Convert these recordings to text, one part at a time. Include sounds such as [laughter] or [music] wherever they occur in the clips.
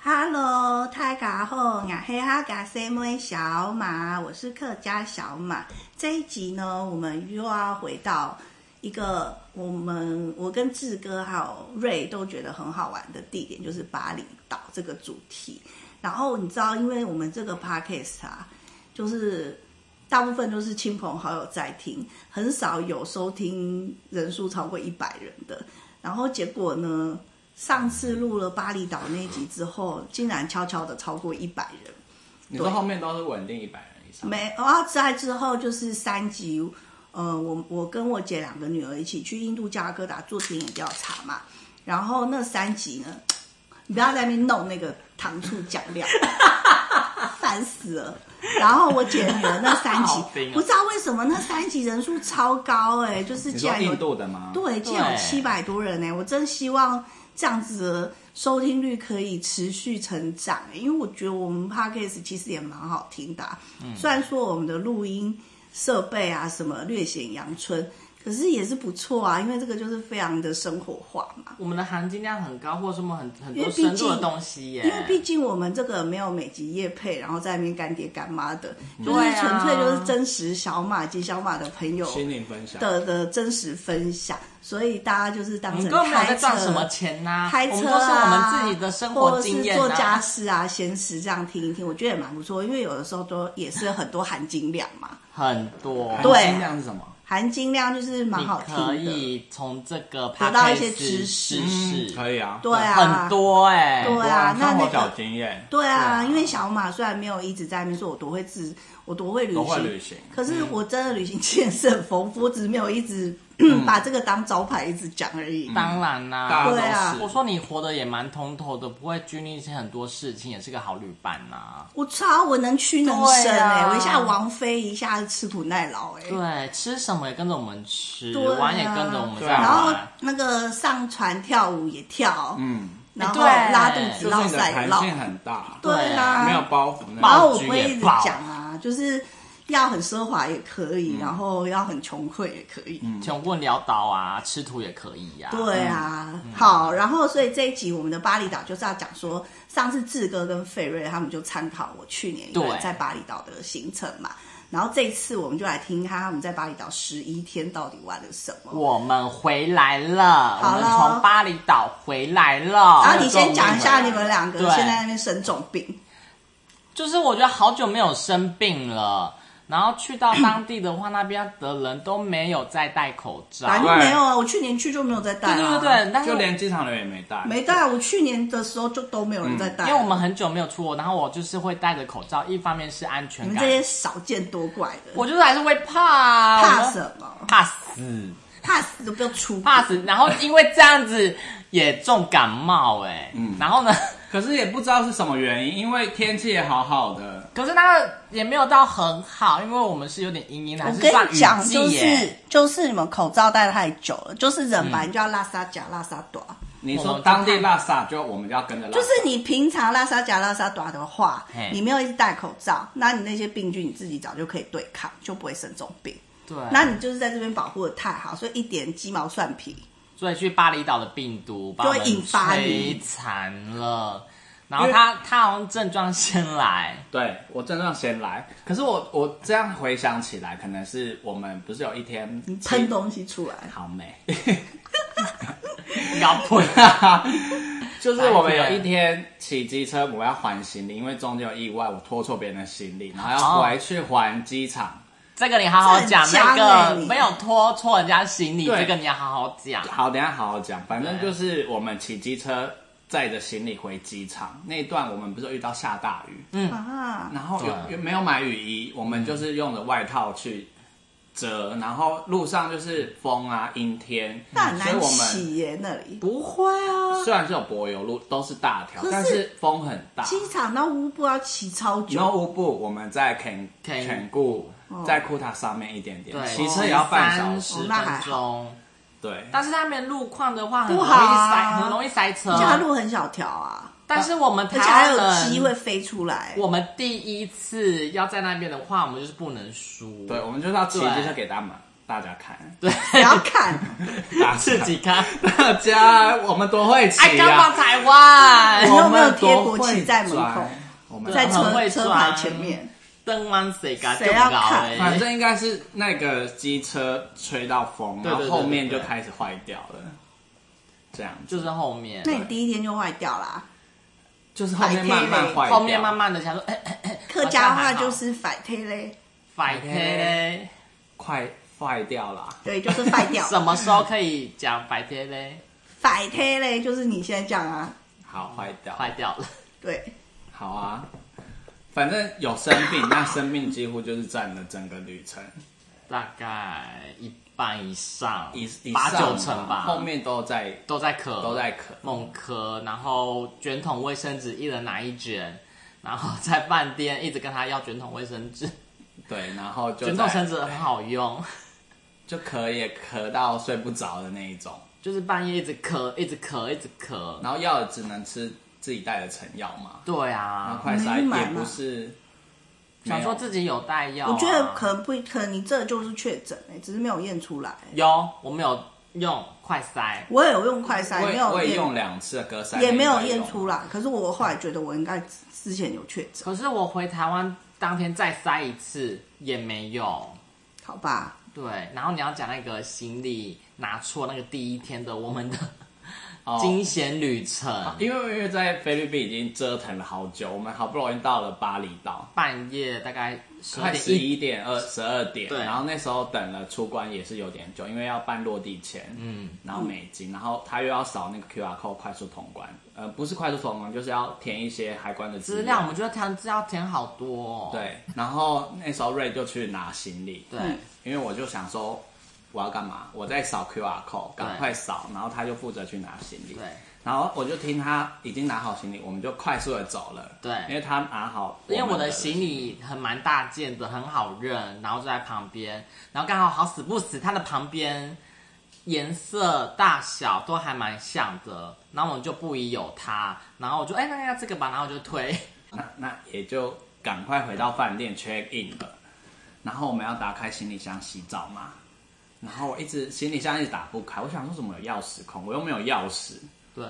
Hello，大家好，我是哈嘎 C 妹小马，我是客家小马。这一集呢，我们又要回到一个我们我跟志哥还有瑞都觉得很好玩的地点，就是巴厘岛这个主题。然后你知道，因为我们这个 podcast 啊，就是大部分都是亲朋好友在听，很少有收听人数超过一百人的。然后结果呢，上次录了巴厘岛那一集之后，竟然悄悄的超过一百人。你说后面都是稳定一百人以上，没，然后在之后就是三集，呃，我我跟我姐两个女儿一起去印度加拉各达做田野调查嘛，然后那三集呢，你不要在那边弄那个糖醋酱料， [laughs] 烦死了。然后我姐女儿那三集好冰啊哦，不知道为什么那三集人数超高哎、就是你竟说然有印度的吗？对，竟然有七啊对百多人呢、我真希望这样子的收听率可以持续成长、因为我觉得我们 podcast 其实也蛮好听的啊、嗯虽然说我们的录音设备啊什么略显阳春，可是也是不错啊，因为这个就是非常的生活化嘛。我们的含金量很高，或者说我们很很因为多毕深入的竟东西耶。因为毕竟我们这个没有每集业配，然后在那边干爹干妈的，就是对啊纯粹就是真实小马及小马的朋友心灵分享。的的真实分享，所以大家就是当我成们根本没有开在赚车什么钱呐、开我车们啊，都是我们自己的生活经验或者是做家啊。事啊、闲时这样听一听，我觉得也蛮不错。因为有的时候都也是很多含金量嘛，很多，对心量是什么？含金量就是蛮你好听可的。以从这个得到一些 podcast 知识嗯识可以啊，对啊，很多哎、对对啊那生活那个小经验，对啊，对啊因为小马虽然没有一直在那边说我多会自，我多会旅都会行，旅行。可嗯是我真的旅行经验是很丰富，我只是没有一直、嗯 [clears throat] 把这个当招牌一直讲而已。当然啦、大家对啊都是。我说你活得也蛮通透的，不会拘泥一些很多事情，也是个好旅伴啊呐、我操，我能屈能伸对哎、啊我一下王菲，一下吃苦耐劳哎、对，啊吃什么也跟着我们吃，对啊玩也跟着我们在对啊然后玩。那个上船跳舞也跳，嗯，然后对拉肚子就拉是你的塞弹捞，性很大，对啊，没有包袱那种。然后我局不会也一直爆讲啊，就是要很奢华也可以，然后要很穷困也可以。穷困潦倒啊，吃土也可以呀、对啊，好，然后所以这一集我们的巴厘岛就是要讲说，上次志哥跟费瑞他们就参考我去年一个人对在巴厘岛的行程嘛，然后这一次我们就来听他们在巴厘岛十一天到底玩了什么。我们回来了，我好们了啊从巴厘岛回来了。然后你先讲一下重你病们两个对现在那边生重病，就是我觉得好久没有生病了，然后去到当地的话，那边的人都没有再戴口罩。反对正没有啊，我去年去就没有再戴对啊。对对对，但是就连机场人也没带，没戴，我去年的时候就都没有人在戴，嗯因为我们很久没有出国，然后我就是会戴着口罩，一方面是安你全们感这，些少见多怪的，我就是还是会怕啊，怕我们什么？怕死，怕死都不要出，怕死。然后因为这样子也重感冒哎、嗯，然后呢？ [laughs] 可是也不知道是什么原因，因为天气也好好的，可是那个也没有到很好，因为我们是有点阴阴的，我还是跟算你讲雨，季就是耶。嗯就是你们口罩戴太久了，就是人吧，你就要拉撒假拉撒短。你我说们就当地看拉萨，就我们就要跟着拉萨，就是你平常拉撒假拉撒短的话嘿，你没有一直戴口罩，那你那些病菌你自己早就可以对抗，就不会生重病。对，那你就是在这边保护的太好，所以一点鸡毛蒜皮。所以去巴厘岛的病毒把我们就会引发你摧残了。然后他他好像症状先来，对我症状先来，可是我我这样回想起来，可能是我们不是有一天你喷东西出来，好美，要 [laughs] 喷。就是我们有一天骑机车，我要还行李，因为中间有意外，我拖错别人的行李，然后要回去还机场。这个你好好讲，这那很僵欸个你没有拖错人家行李，对这个你要好好讲。好，等一下好好讲，反正就是我们骑机车载着行李回机场那一段，我们不是有遇到下大雨，嗯啊，然后有对有没有买雨衣，我们就是用的外套去遮，然后路上就是风啊阴天，那很所以难我们。洗耶，那里不会啊，虽然是有柏油路，都是大条可，是但是风很大。机场到乌布要骑超久然。后乌布我们在肯 Ken- 肯固，在库塔上面一点点，对，骑车也要半小时。十那还分好钟。对，但是那边路况的话，很不容易好啊塞，很容易塞车而。且它路很小条啊，但是我们而台且还湾有鸡人，会飞出来。我们第一次要在那边的话，我们就是不能输。对，我们就是要骑机车给他们，大家看，不要看，大家 [laughs] 自己 [laughs] 哎看。大家我们多会骑 I come 呀、 from 台湾，你有没有我们贴多国旗会在门转口 [laughs] 我们在很车会车转牌前面，灯光谁敢就谁要搞看欸反正应该是那个机车吹到风，对然对后对后面对就对开始坏掉了。这样就是后面那，你第一天就坏掉啦。就是后面慢慢坏掉，后面慢慢的想说，哎哎哎，客家话就是反推嘞，反推嘞，快坏掉了。对，就是坏 [laughs] 掉。什么时候可以讲白贴嘞？反推嘞，就是你现在讲啊，好，坏掉，坏掉了， [laughs] 对，好啊。反正有生病，那生病几乎就是占了整个旅程大概一半以上以以，八上九嘛成吧，后面都在都在咳，都在咳。猛咳，然后卷筒卫生纸一人拿一卷，然后在饭店一直跟他要卷筒卫生纸，对，然后就卷筒在卫生纸很好用，就咳也咳到睡不着的那一种，就是半夜一直咳，一直咳，一直咳。然后药只能吃自己带的成药嘛，对然后啊，快筛你没买也吗不是没有，想说自己有带药啊、我觉得可能不，可能你这就是确诊哎，只是没有验出来。有，我们有用快塞，我也有用快筛，我没也有我也验，用两次隔三也天没有再验用出来。可是我后来觉得我应该之前有确诊，可是我回台湾当天再塞一次也没有。好吧？对，然后你要讲那个行李拿错那个第一天的我们的哦惊险旅程，因为因为在菲律宾已经折腾了好久，我们好不容易到了巴厘岛，半夜大概十快点十一一点二十二点，对然后那时候等了出关也是有点久，因为要办落地签，嗯，然后美金，然后他又要扫那个 QR code 快速通关，呃，不是快速通关，就是要填一些海关的资料，我们觉得填资料填好多、哦。对，然后那时候瑞就去拿行李，对、嗯因为我就想说我要干嘛，我在扫 QR code，赶快扫，然后他就负责去拿行李，对，然后我就听他已经拿好行李，我们就快速的走了。对因为他拿好，因为我的的行李很蛮大件的，很好认，然后就在旁边，然后刚好好死不死，它的旁边颜色、大小都还蛮像的，然后我就不疑有他，然后我就哎、那要这个吧，然后我就 [laughs] 推，那那也就赶快回到饭店 check in 了。然后我们要打开行李箱洗澡嘛，然后我一直行李箱一直打不开，我想说怎么有钥匙孔，我又没有钥匙，对，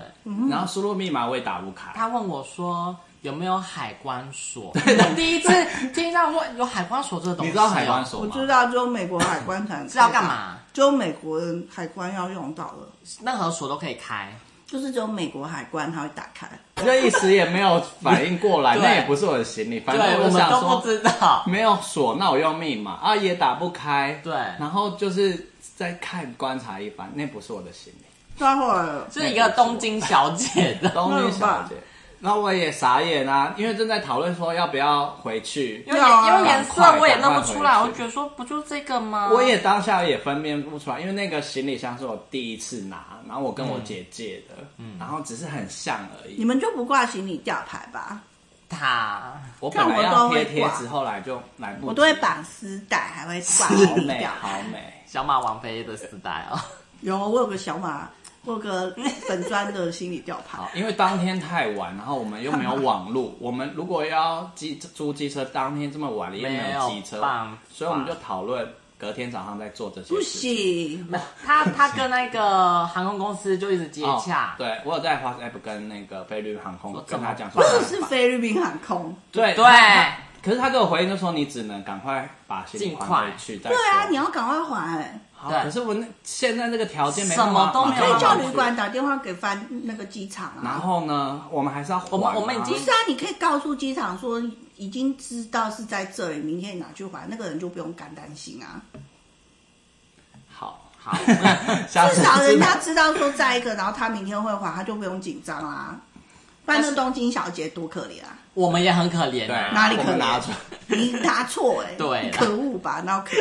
然后输入密码我也打不开。他问我说有没有海关锁，我第一次听到说有海关锁这个东西你哦、知道海关锁我吗？知道，就美国海关才是要干？嘛？就美国人海关要用到了，任何锁都可以开，就是只有美国海关它会打开。我就一时也没有反应过来， [laughs] 对那也不是我的行李，反对，正我就们想都不说知道。没有锁，那我用密码啊也打不开。 [laughs] 对然后就是再看观察一番，那不是我的行李，待会儿是一个东京小姐的，东京小姐。然后我也傻眼啊，因为正在讨论说要不要回去因，为对啊因为颜色我也弄不出来，赶快我回去就觉得说不就这个吗？我也当下也分辨不出来，因为那个行李箱是我第一次拿，然后我跟我姐借的，然后只是很像而你已。们就不挂行李吊牌吧？他我本来看我要都会贴贴挂纸，后来就来不及，我都会绑丝带，还会挂好行李美吊好牌。美，小马王妃的时代啊哦，有，我有个小马，我有个粉砖的行李吊牌好。，因为当天太晚，然后我们又没有网路，我们如果要机租机车，当天这么晚了也没有机车没有办法，所以我们就讨论隔天早上再做这些不事情。行，他他跟那个航空公司就一直接洽哦，对我有在 WhatsApp 跟那个菲律宾航空我跟怎么他讲说这没办个法，是菲律宾航空。对对，他可是他给我回应就说你只能赶快把行李尽快还回去再对说。啊，你要赶快还，好，对可是我那现在这个条件没什办么法，都没有可以叫办旅馆。打电话给翻那个机场然啊。后呢，我们还是要还啊、我们我们已经不是啊，你可以告诉机场说已经知道是在这里，明天你拿去还，那个人就不用感担心啊。好，好，下 [laughs] 至次 [laughs] 少人知道家知道说在一个，然后他明天会还，他就不用紧张啦。不然那东京小姐多可怜啊！我们也很可怜对啊。哪里我可们能拿出来？你答错哎、欸，对啦你可恶吧？那可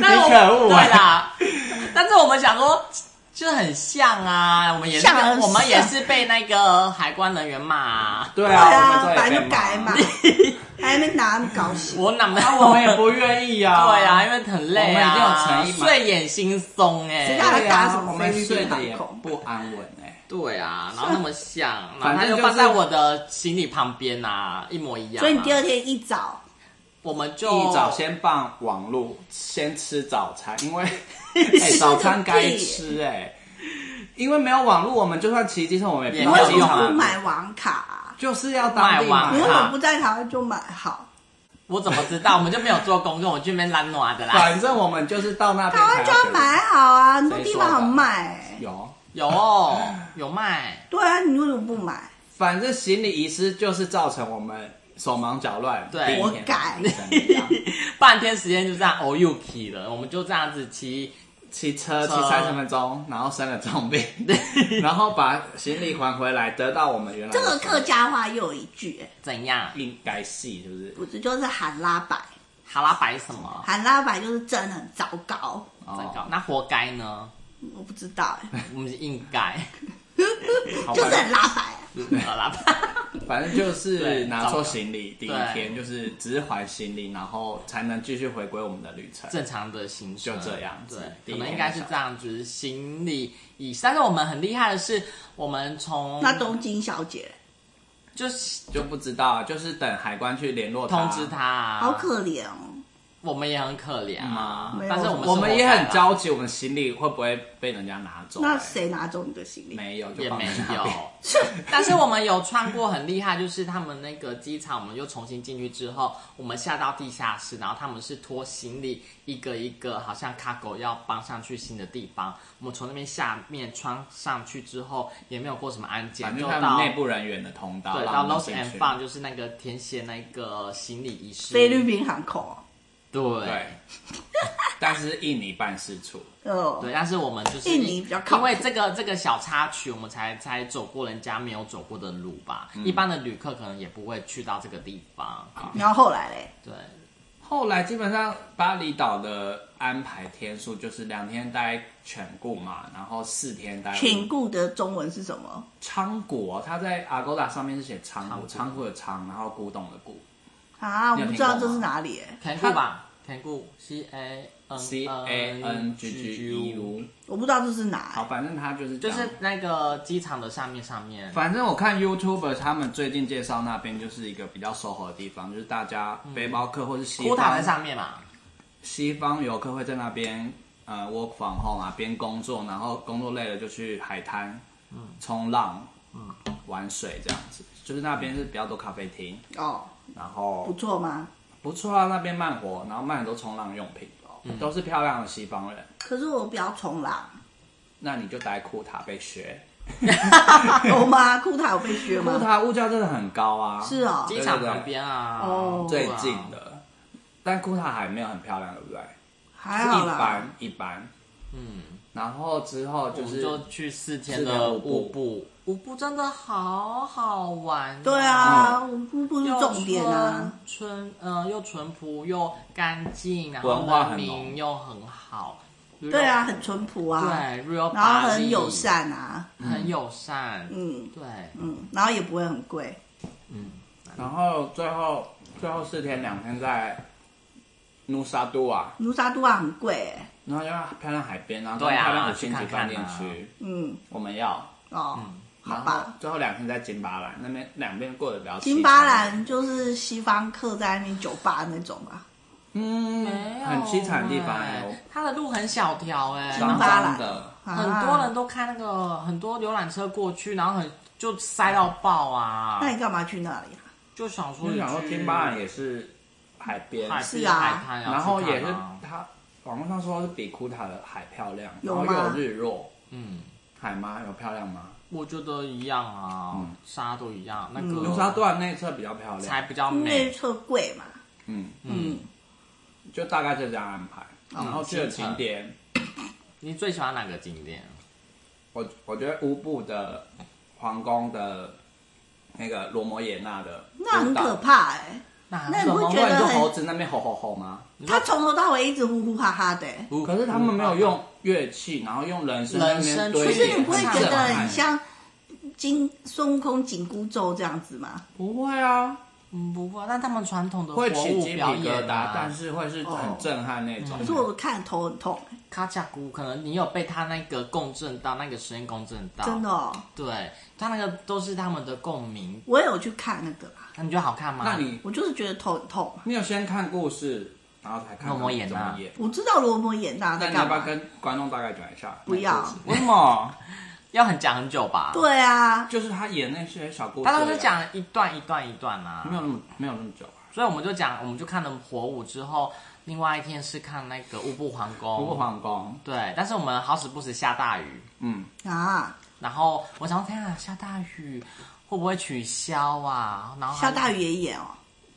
那我你可恶啊对啦，但是我们想说。就很像啊，我们也是，像很像我们也是被那个海关人员骂、啊， [laughs] 对对啊，啊，我们反正这也就被改 [laughs] 嘛，还没拿搞死。啊我哪没有，我们也不愿意啊。对啊，因为很累啊，我们已经有诚意嘛睡眼惺忪哎、谁让他对打什啊，么我们睡得也飞机航空不安稳哎、对啊，然后那么像，然后反他正就是就放在我的行李旁边啊，一模一样啊、所以你第二天一早我们就一早先办网路，先吃早餐，因 [laughs] 为哎、吃早餐个该屁吃哎、因为没有网路，我们就算骑机车，我们也也你不为到什机没有么场不，买网卡啊、就是要当地买网你为卡什么不在台湾就买好？我怎么知道？我们就没有做工作，我去那边乱拿的啦。反正我们就是到那边台湾才就要学买好啊，很多谁地说的方好卖、欸。有。 [laughs] 有哦，有卖。对啊，你为什么不买？反正行李遗失就是造成我们手忙脚乱，对第一我天改怎样半天时间就这样 all you key 了，我们就这样子骑。骑车骑车三十分钟，然后生了 [laughs] 重病，然后把行李还回来，得到我们原来这个的客家话又有一句、欸，怎样？应该系是不是？不是就是喊拉白，哈拉白什么？喊拉白就是真的很糟糕，哦糟糕，那活该呢？我不知道、欸，我们是应 [laughs] 该 [laughs] 好就是吧很拉白、啊。哈拉白。反正就是对拿糟错糕行李，第一对天就是只是还行李，然后才能继续回归我们的旅程。正常的行程就这样子第对，一可能天应该是这样，就是行李以。但是我们很厉害的是，我们从那东京小姐就是就不知道，就是等海关去联络通知他、啊，好可怜哦，我们也很可怜啊啊嗯但是我没们有我们也很焦，着急，我们行李会不会被人家拿走？那哎谁拿走你的行李？没有，就也放没在那边有。 [laughs] 但是我们有穿过很厉害，就是他们那个机场，我们又重新进去之后，我们下到地下室，然后他们是拖行李一个一个，好像卡狗要搬上去新的地方。我们从那边下面穿上去之后，也没有过什么安检，反就正他们到内部人员的通道，对让到我们 Lost 进 and 去 Found，就是那个填写那个行李仪式。菲律宾航空哦，对对。但是印尼办事处，哦，对，但是我们就是印尼比较靠因谱为这个这个小插曲，我们才才走过人家没有走过的路吧。一般的旅客可能也不会去到这个地方。然后后来嘞，对，后来基本上巴厘岛的安排天数就是两天待全固嘛，然后四天待请顾的中文是什么？昌谷、哦，它在 Agoda 上面是写昌昌谷，谷昌谷的昌，然后古董的古啊，我你有不听知道过这是吗哪里、欸，田固吧，田固 C A N ，C A N G G E U。我不知道这是哪、好，反正它就是这就样是那个机场的上面上面。反正我看 YouTube 他们最近介绍那边就是一个比较收获的地方，就是大家背包客或是西哭塔在方上面嘛，西方游客会在那边呃 work from home 啊，边工作，然后工作累了就去海滩，冲浪，玩水这样子。就是那边是比较多咖啡厅，哦，然不后错吗？不错啊，那边慢活，然后卖很多冲浪用品，哦嗯都是漂亮的西方人。可是我比较冲浪， [laughs] 那你就待库塔被学，有吗？库塔有被削库吗？塔物价真的很高啊，嗯是哦，机场旁边啊，哦最对啊近的，但库塔还没有很漂亮，对不对？还好一啦。般一般。嗯，然后之后我就们是就去四天四天的乌布乌布，乌布真的好好玩哦。对啊，我不不是又重点啊。淳呃又淳朴又干净，然文后化人很浓民又很好。对啊，很淳朴对啊， ，real，然后很友，善啊，很友善，嗯对，嗯，然后也不会很贵。然后最后最后四天两天在努沙都啊，卢沙都啊很贵欸，然后要漂亮海边，然后对啊漂亮五星级去看看啊饭店区，嗯，我们要。哦，好嗯然后吧。最后两天在金巴兰那边，两边过得比较凄惨金巴，兰就是西方客在那边酒吧那种吧，嗯，很凄惨的地方哎，哎，它的路很小条哎，金脏巴兰脏的。啊很多人。都开那个很多浏览车过去，然后很就塞到爆啊那，你干嘛去那里啊？就想说我想说去金巴兰也是海边，海是啊海滩啊，然后也去是看啊它网络上说是比库塔的海漂亮，然有后吗又有日落，嗯。海吗？有漂亮吗？我觉得一样啊，嗯沙都一样，嗯那啊努沙个段内侧比较漂才亮，比较内美。侧贵嘛，嗯，嗯，哦就大概就这样安排。然后去了景点，你最喜欢哪个景点？我我觉得乌布的皇宫的那个罗摩耶纳的啊舞蹈，那很可怕哎、那那怎你么会会觉得就很猴子那边吼吼吼吗？他从头到尾一直呼呼哈哈的、欸，可是他们没有用乐器，然后用人声在那边嗯人声堆可对是叠，你不会很觉震得撼很像金孙悟空紧箍咒这样子吗？不会啊，嗯，不会，那他们传统的会活起舞鸡皮表疙演瘩，啊哦但，是会是很震撼那种。可是我看头很痛，欸卡恰鼓，可能你有被他那个共振到，那个声音共振嗯到，真的、哦，对他那个都是他们的共鸣，我有去看那个啦，那你觉得好看吗？那你我就是觉得头很痛。你有先看故事，然后才看那我他们演怎么啊演？我知道罗摩衍那那在你要干不要嘛？跟观众大概讲一下？不要那个故事为什么？要很讲很久吧？，对啊，就是他演那些小故事，他都是讲一段一段一段啊，没有那么没有那么久啊。所以我们就讲，我们就看了火舞之后，另外一天是看那个乌布皇宫，不过皇宫，对，但是我们好死不死下大雨，嗯，啊，然后我想说天啊，下大雨会不会取消啊？然后下大雨，雨也演哦。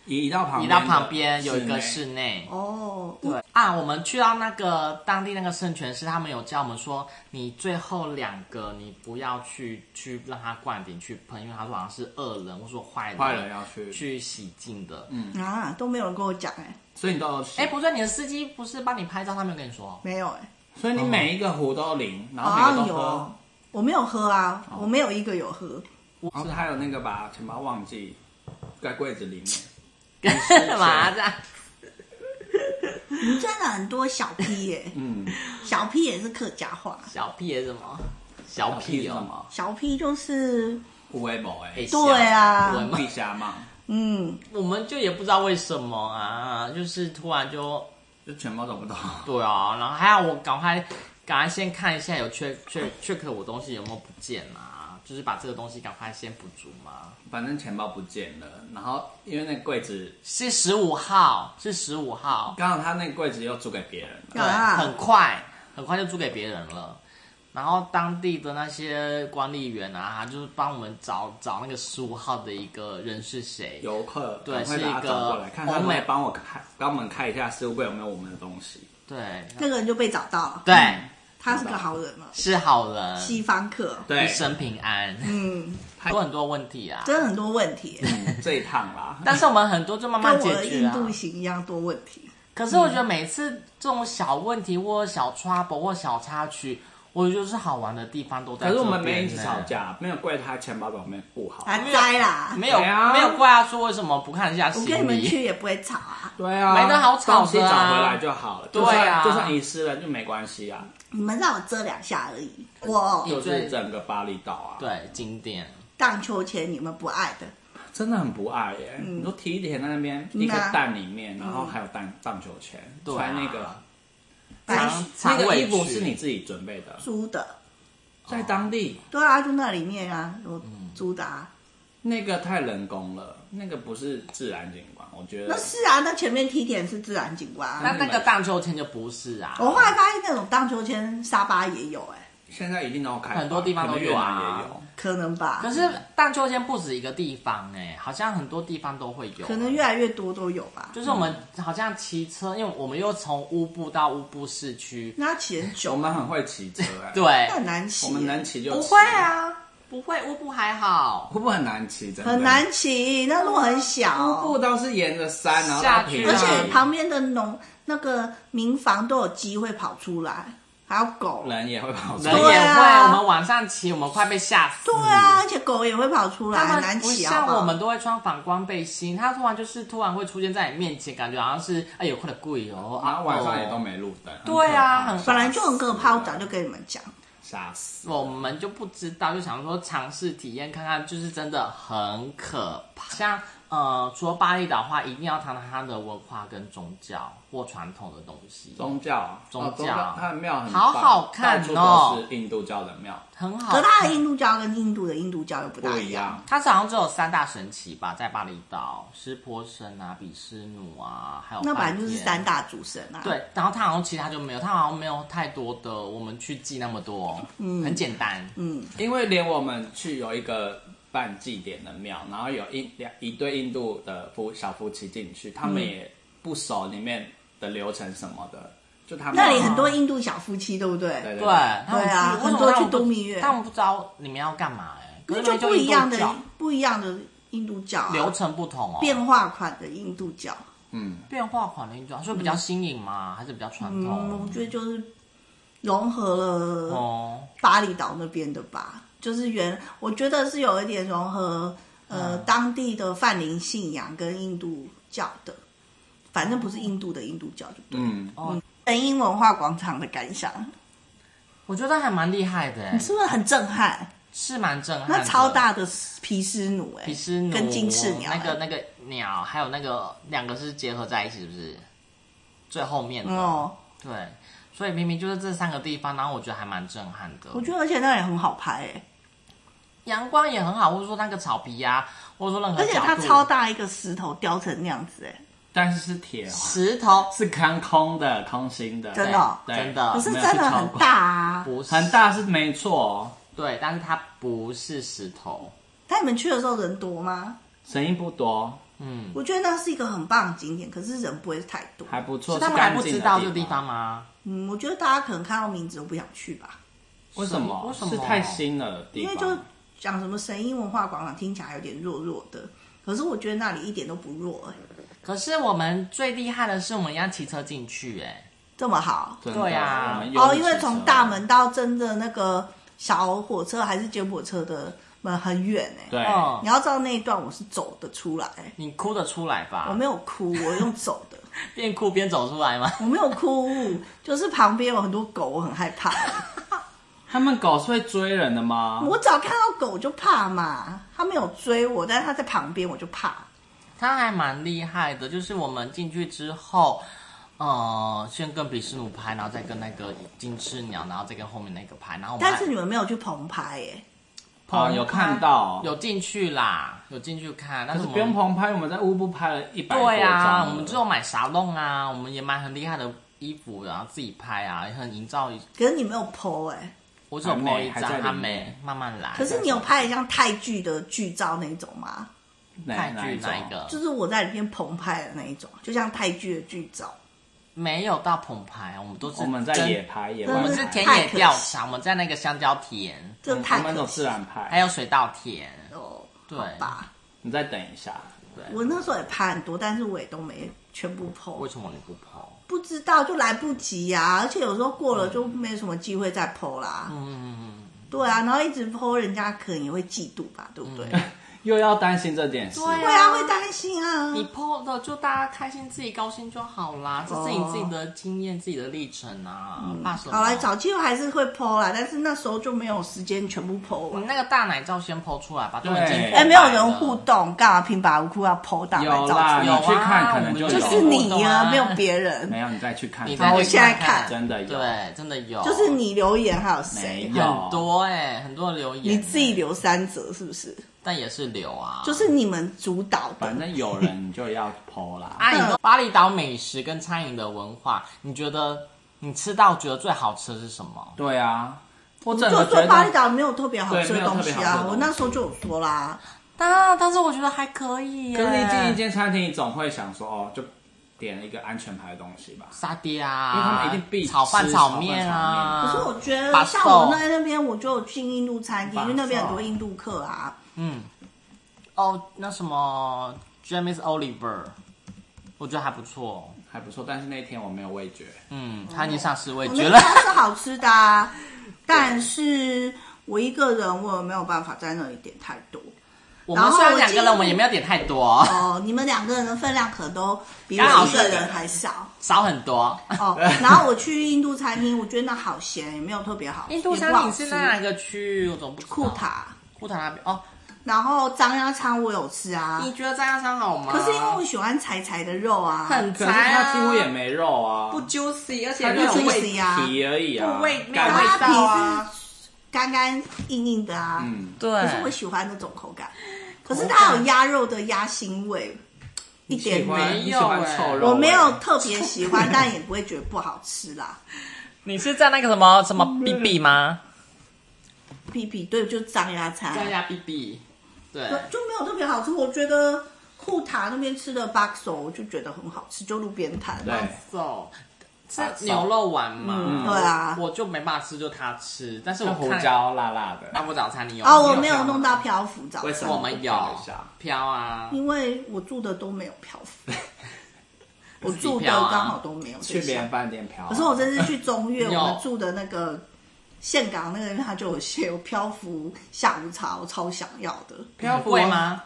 移到旁你边到的旁边有一个室内室内。哦，对啊，我们去到那个当地那个圣泉寺，他们有教我们说，你最后两个你不要去去让它灌顶去喷，因为他说好像是恶人或说坏人坏人要去，去洗净的。嗯，啊，都没有人跟我讲哎、所以你都有哎、洗，不对，你的司机不是帮你拍照，他没有跟你说。没有哎、所哦以你每一个壶都淋，啊然后好每像个都有喝哦，，我没有喝啊，哦我没有一个有喝。然后还有那个把钱包忘记在柜子里面， [laughs] 干嘛这样？你真的很多小屁耶、嗯，小屁也是客家话，小屁是什么？小屁屁是什哦，么？小屁就是无为某哎，对啊我们地下嘛，嗯，我们就也不知道为什么啊，就是突然就就全部找不到。 [laughs] 对啊，然后还要我赶快赶快先看一下有缺缺缺课我东西有没有不见啊，就是把这个东西赶快先补足嘛。反正钱包不见了，然后因为那柜子，是十五号，是十五号，刚好他那柜子又租给别人了，对，啊很快很快就租给别人了。然后当地的那些管理员啊，就是帮我们找找那个十五号的一个人是谁，游客对赶快把他是一个找过来，看他欧们美来帮我看，帮我们看一下是柜有没有我们的东西。对那个人就被找到了，对，他是个好人嘛，是好人，西方客，对一，生平安， [laughs] 嗯，有很多问题啊。真的很多问题耶、嗯这一趟啦， [laughs] 但是我们很多就慢慢跟我解的决印啊。哦度行一样多问题。可是我觉得每次这种小问题或小 trouble 或小插曲，我觉得是好玩的地方都在可这是边我呢。们没一起吵架，没有怪他钱包表面不好。啊，摘啦！没有对啊没有怪他说为什么不看一下我行李。跟你们去也不会吵啊，对啊，没得好吵的啊东西找回来就好了。就算对啊就算遗失了就没关系啊，你们让我遮两下而已。我有就是整个巴厘岛啊，， [laughs] 对景点，荡秋千你们不爱的，真的很不爱耶。嗯你说提铁在那边嗯啊一个蛋里面，然后还有荡荡秋千，对啊穿那个白长那长个尾衣服裙是你自己准备的，哦租的，在当地对啊，就那里面啊，我嗯租的啊。那个太人工了，那个不是自然景观，我觉那得。是啊，那前面梯田是自然景观那啊。那个荡秋千就不是啊。我后来发现那种荡秋千沙巴也有、哎，现在一定都开放，很多地方都可能越有啊南也有。可能吧。可是荡秋千不止一个地方哎、好像很多地方都会有。啊可能越来越多都有吧。就是我们好像骑车，因为我们又从乌布到乌布市区，那骑很久我吗？们很会骑车、哎， [laughs] 对那，很难骑我耶，们能骑就骑不会，啊，不会，乌布还好，会不会很难骑？真的很难骑，那路很瀑布小，啊都是沿着山，然后下到去平啊而地且旁边的农那个民房都有鸡会跑出来，还有狗。人也会跑出人来。也对会，啊我们晚上骑，我们快被吓死。对啊，而且狗也会跑出来，他很们难不骑啊。像我们都会穿反光背心，他突然就是突然会出现在你面前，感觉好像是哎呦，快点跪哦，然啊后晚上也哦都没路灯。很对啊可怕很本来就很可怕，我早就跟你们讲，吓死。我们就不知道，就想说尝试体验看看，就是真的很可怕。像呃，除了巴厘岛的话，一定要谈谈它的文化跟宗教或传统的东西，宗教，宗哦教它的庙很好棒好看哦到处都是印度教的庙，很好嗯可看。它的印度教跟印度的印度教又不不大一样。样。它是好像只有三大神奇吧，在巴厘岛，湿婆神啊、比湿奴啊，还有那本来梵就是天三大主神啊。，对，然后它好像其他就没有，它好像没有太多的我们去记那么多，嗯，很简单，嗯，因为连我们去有一个办祭典的庙，然后有一两一对印度的夫小夫妻进去，他们也不熟里面的流程什么的，就他们那里很多印度小夫妻，对不对？对对，他们对啊去为很什么多他们去不度蜜月他们不知道你们要干嘛哎，可那是就明不明一印样度的教，不一样的印度教啊流程不同哦，变化款的印度教。嗯，变化款的印度教，所以比较新颖嘛，还是比较传嗯，统我觉得就是融合了哦，巴厘岛那边的吧，就是原我觉得是有一点融合呃、嗯当地的泛灵信仰跟印度教的，反正不是印度的印度教就对。嗯，人英文化广场的感想，我觉得还蛮厉害的、欸，是不是很震撼？是蛮震撼的。那超大的毗湿奴哎、比斯奴跟金翅鸟那个那个鸟，还有那个两个是结合在一起，是不是？最后面的、哦，对，所以明明就是这三个地方，然后我觉得还蛮震撼的。我觉得而且那也很好拍哎、阳光也很好，或者说那个草皮呀、或者说任何而且角度它超大一个石头雕成那样子哎、但是是铁哦，石头，是看空的，空心的，真的哦对真的可是没真有去的超很过大啊！不是很，大是没错哦。对，但是它不是石头，但你们去的时候人多吗？声音不多，嗯，我觉得那是一个很棒的景点，可是人不会太多。还不错。是他们还干不净知的道这个地方吗？嗯，我觉得大家可能看到名字都不想去吧，为什么？为什么是太新了地因方？为就讲什么神鹰文化广场听起来有点弱弱的，可是我觉得那里一点都不弱、哎，可是我们最厉害的是，我们要骑车进去、哎，这么好真的对啊我们用哦，因为汽车从大门到真的那个小火车还是接火车的门很远哎、对，嗯你，要知道那一段我是走的出来、哎你哭得出来吧？我没有哭，我用走的， [laughs] 边哭边走出来吗？我没有哭，就是旁边有很多狗，我很害怕、他们狗是会追人的吗？我只要看到狗我就怕嘛，它没有追我，但是它在旁边我就怕。他还蛮厉害的，就是我们进去之后，呃，先跟比斯奴拍，然后再跟那个金翅鸟，然后再跟后面那个拍，然后我们但还是你们没有去澎湃耶、啊，有看到，有进去啦，有进去看，但可是是我们不用棚拍，我们在乌布拍了一百多张了。对啊，我们只有买沙龙啊，我们也买很厉害的衣服，然后自己拍啊，也很营造。可是你没有 PO 哎、我只有还 po 没一还在张，里他面没慢慢来。可是你有拍像泰剧的剧照那一种吗？哪泰剧哪哪一一种？个？就是我在里面澎湃的那一种，就像泰剧的剧照。没有到澎湃，我们都是我们在真野，拍，野我外我拍，们是田野调查，我们在那个香蕉田，这我太们可走惜自然还拍。有水稻田。哦，对好吧。你再等一下，我那时候也拍很多，但是我也都没全部为 PO，什么你不抛？不知道就来不及呀、而且有时候过了就没什么机会再 PO 啦。嗯，对啊，然后一直 PO，人家可能也会嫉妒吧，对不对？又要担心这件事。对会啊，会担心啊。你 PO 的就大家开心，自己高兴就好啦。这是你自己的经验、自己的历程啊，怕什哦么？嗯好啦，早期我还是会 PO 啦，但是那时候就没有时间全部 PO 你完。那个大奶照先 PO 出来吧，都已对经哎、没有人互互动，干嘛平白无故要 PO 大奶有照啦，出你来？有啊去看可能我就们有。就是你有呀、啊没有别人没，有，你再去看。你好再我去现在看真的有对，真的有，就是你留言还有没谁？有很多哎、很多留言、哎你自己，留三折是不是？但也是留啊，就是你们主导反的。正有人你就要 [laughs] 剖啦。啊，你说巴厘岛美食跟餐饮的文化，你觉得你吃到觉得最好吃的是什么？对啊，我整就个说觉巴厘得岛没有特别好吃对没的有东特西别好啊，吃的东西我那时候就有说啦，啊，但是我觉得还可以耶。可是你进一间餐厅，你总会想说，哦，就点一个安全牌的东西吧。沙爹啊，因为他们一定必炒饭吃炒面啊。可是我觉得把像我寿那那边我就有进印度餐厅，因为那边很多印度客啊，嗯，哦，那什么 James Oliver，我觉得还不错。还不错，但是那一天我没有味觉。嗯，他已经上市味我觉们了。家是好吃的、啊，但是我一个人我没有办法在那里点太多。我然们后虽然我两个记得人，我们也没有点太多，哦，你们两个人的分量可都比刚好我一是个人还少少很多。 [laughs] 哦。然后我去印度餐厅，我觉得那好咸，也没有特别好吃。印度餐也不好厅是吃哪一个区？我怎么不知道库塔，库塔那边哦。然后张家昌我有吃啊你，觉得炸酱餐好吗？可是因为我喜欢柴柴的肉啊，很可是柴它啊，几乎也没肉啊，不 juicy，而且它就没有是味不 juicy 啊皮而已啊，不味没有感味它道皮啊是干干硬硬的啊，嗯，对可是我喜欢那种口感。可是它有鸭肉的鸭腥味，一点喜欢没哎没你喜有欢欸臭肉味，啊我没有特别喜欢，但也不会觉得不好吃啦。你是在那个什么什么 B B 吗？皮皮对，就是张鸭餐，在家 B B，对对，啊就没有特别好吃。我觉得库塔那边吃的 b a x o 我就觉得很好吃，就路边摊。对， ，so 是牛肉丸嘛？对啊。我就没办法吃，就他吃，但是我胡看椒辣辣那的，我早餐你有吗哦，我没有看吗弄到漂浮早为餐什，么我们有飘啊，因为我住的都没有漂 [laughs] 浮，我己住的漂啊刚好都没有这去别项人。饭店嫖啊。可是我这次去中越，有我们住的那个岘港那个，它就有写有漂浮下午茶，我超想要的。漂很浮贵吗？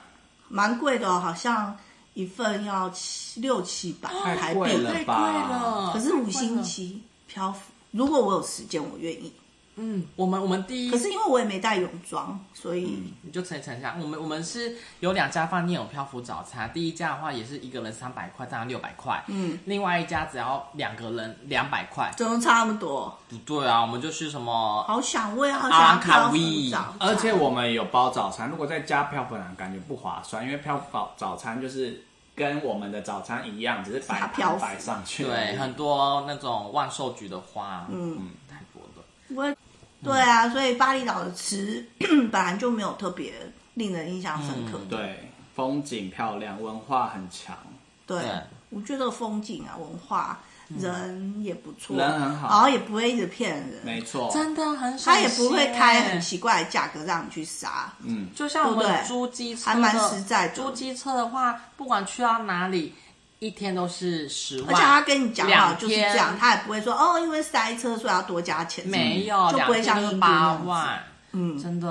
蛮贵的、哦，好像一份要七六七百太台贵币，了啊太贵吧了，可是五星级漂浮，如果我有时间，我愿意。嗯，我们我们第一可是因为我也没带泳装，所以、你就乘以乘一下，我嗯们我们是有两家饭店有漂浮早餐，第一家的话也是一个人三百块，这样六百块，嗯，另外一家只要两个人两百块，怎么差那么多？不对啊，我们就去什么好想，我也好阿拉想卡漂威浮早餐而且我们有包早餐，如果再加漂浮感觉不划算，因为漂早早餐就是跟我们的早餐一样，只是摆它漂盘浮摆上去而已。对很多那种万寿菊的花，嗯，嗯，太多了，我也对啊，所以巴厘岛的吃 [clears throat] 本来就没有特别令人印象深刻。对，风景漂亮，文化很强，对对我觉得风景啊、文化、人也不嗯错，人很好然后也不会一直骗人，没错，真的很少，他也不会开很奇怪的价格让你去杀。嗯，就像我对不们对租机车的，还蛮实在的租机车的话，不管去到哪里，一天都是十万，而且他跟你讲好两就是天这样，他也不会说哦，因为塞车所以要多加钱。没有，嗯就不会像英国那八样子万，嗯，真的，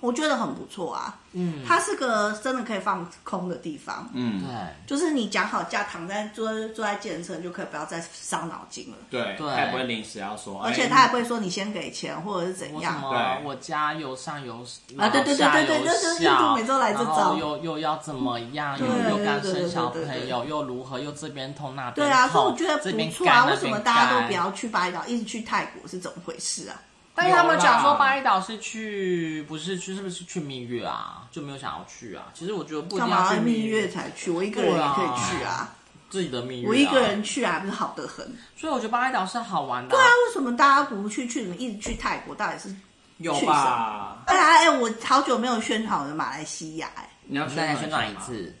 我觉得很不错啊。嗯，它是个真的可以放空的地方，嗯对，。就是你讲好价，躺在坐坐在健身车，你就可以不要再伤脑筋了。对，对他也不会临时要说，而哎且他也不会说你先给钱或者是怎我什样，么？对我家有上有啊对对对对对对对然后下有小就每周来这然后招又又要怎么样？又对对又刚对对对生小对对朋友，又如何？又这边痛那边对啊，痛所以我觉得这边不错啊。干为什么大家都不？那边干要去巴厘岛，一直去泰国是怎么回事啊？但是他们讲有说啦巴厘岛是去，不是去，是不是去蜜月啊？就没有想要去啊。其实我觉得不一干定嘛要要去蜜月月，才去？我一个人也可以去对啊，自己的蜜月。我一个，人去啊，不是好的很。所以我觉得巴厘岛是好玩的。对对啊，，为什么大家不去去？你们一直去泰国，到底是？有去吧？哎呀，哎，我好久没有宣传我的马来西亚哎、你要再来宣传什一么，次。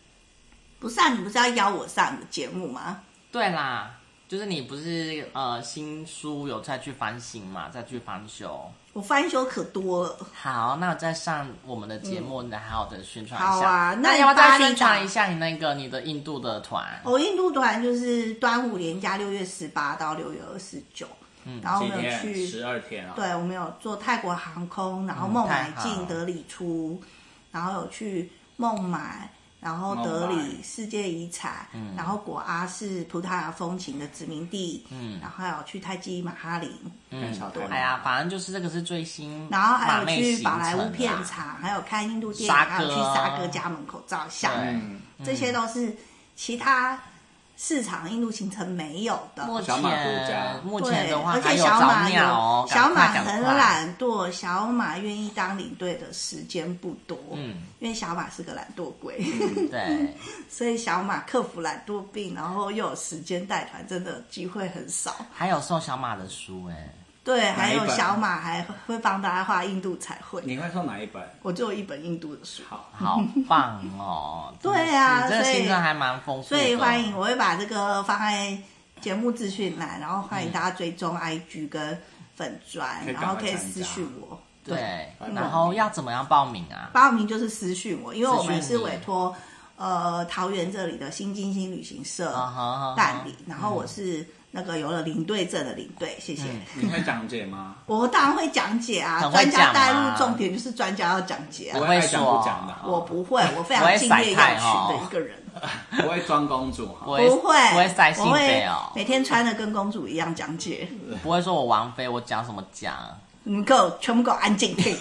不是啊，你不是要邀我上你的节目吗？对啦，就是你不是呃新书有再去翻新嘛，再去翻修。我翻修可多了，好，那我再上我们的节目，来好好的宣传嗯一好下。啊那要不要再巴厘岛哦宣传一下你那个你的印度的团？我印度团就是端午连假六月十八到六月二十九，嗯然哦后我几们有天？去，十二天啊。对，我们有坐泰国航空，然后嗯孟太买好进德里出，然后有去孟买。然后德孟里买世界遗产，嗯然后果阿是葡萄牙风情的殖民地，嗯，然后还有去泰姬马哈林，看嗯小太阳哎呀，反正就是这个是最新，然后还有去宝莱啊坞片，场，还有看印度电影，沙哥啊还有去沙哥家门口照相，对嗯，这些都是其他市场印度行程没有的。目小马顾前家目前对，的话而还且有小早马鸟哦，小马赶快很，赶快懒惰，小马愿意当领队的时间不多，嗯，因为小马是个懒惰鬼，对， [laughs] 所以小马克服懒惰病，然后又有时间带团，真的机会很少。还有送小马的书哎，对，哪还一有本小马还会帮大家画印度彩绘，你会送哪一本？我就有一本印度的书。 [laughs] 好，嗯好棒哦，真的 [laughs] 是对啊这个所以行程还蛮丰富的，所以欢迎，我会把这个放在节目资讯栏，然后欢嗯迎大家追踪 IG 跟粉砖，可以赶快然后可以私讯我。对嗯，然后要怎么样报名啊？报名就是私讯我，因为我们私讯是你委托呃桃园这里的新金星旅行社啊嗯哈哈办理，然后我是那个有了领队证的领队，谢谢。你会讲解吗？我当然会讲解啊，嗯很会专家讲啊带入重点就是专家要讲解啊不。我会会爱讲说不讲的啊，我不会，我非我常会敬甩业要菜群的哦一个人。不会装公主啊哈。 [laughs] 我不会，不会塞我性会费哦， [laughs] 每天穿的跟公主一样讲解。不会说我王妃，我讲什么讲，你们给我全部给我安静听。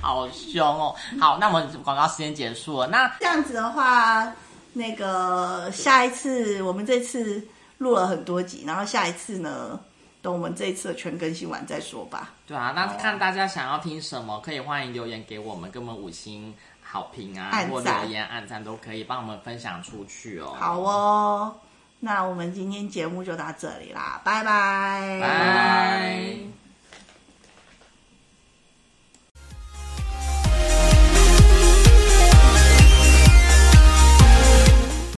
好凶哦。好，那我们广告时间结束了，那这样子的话，那个下一次我们这次录了很多集，然后下一次呢，等我们这一次的全更新完再说吧。对啊，那好啊看大家想要听什么，可以欢迎留言给我们，给我们五星好评啊，按赞或留言、按赞都可以，帮我们分享出去哦。好，哦，那我们今天节目就到这里啦，拜拜，拜。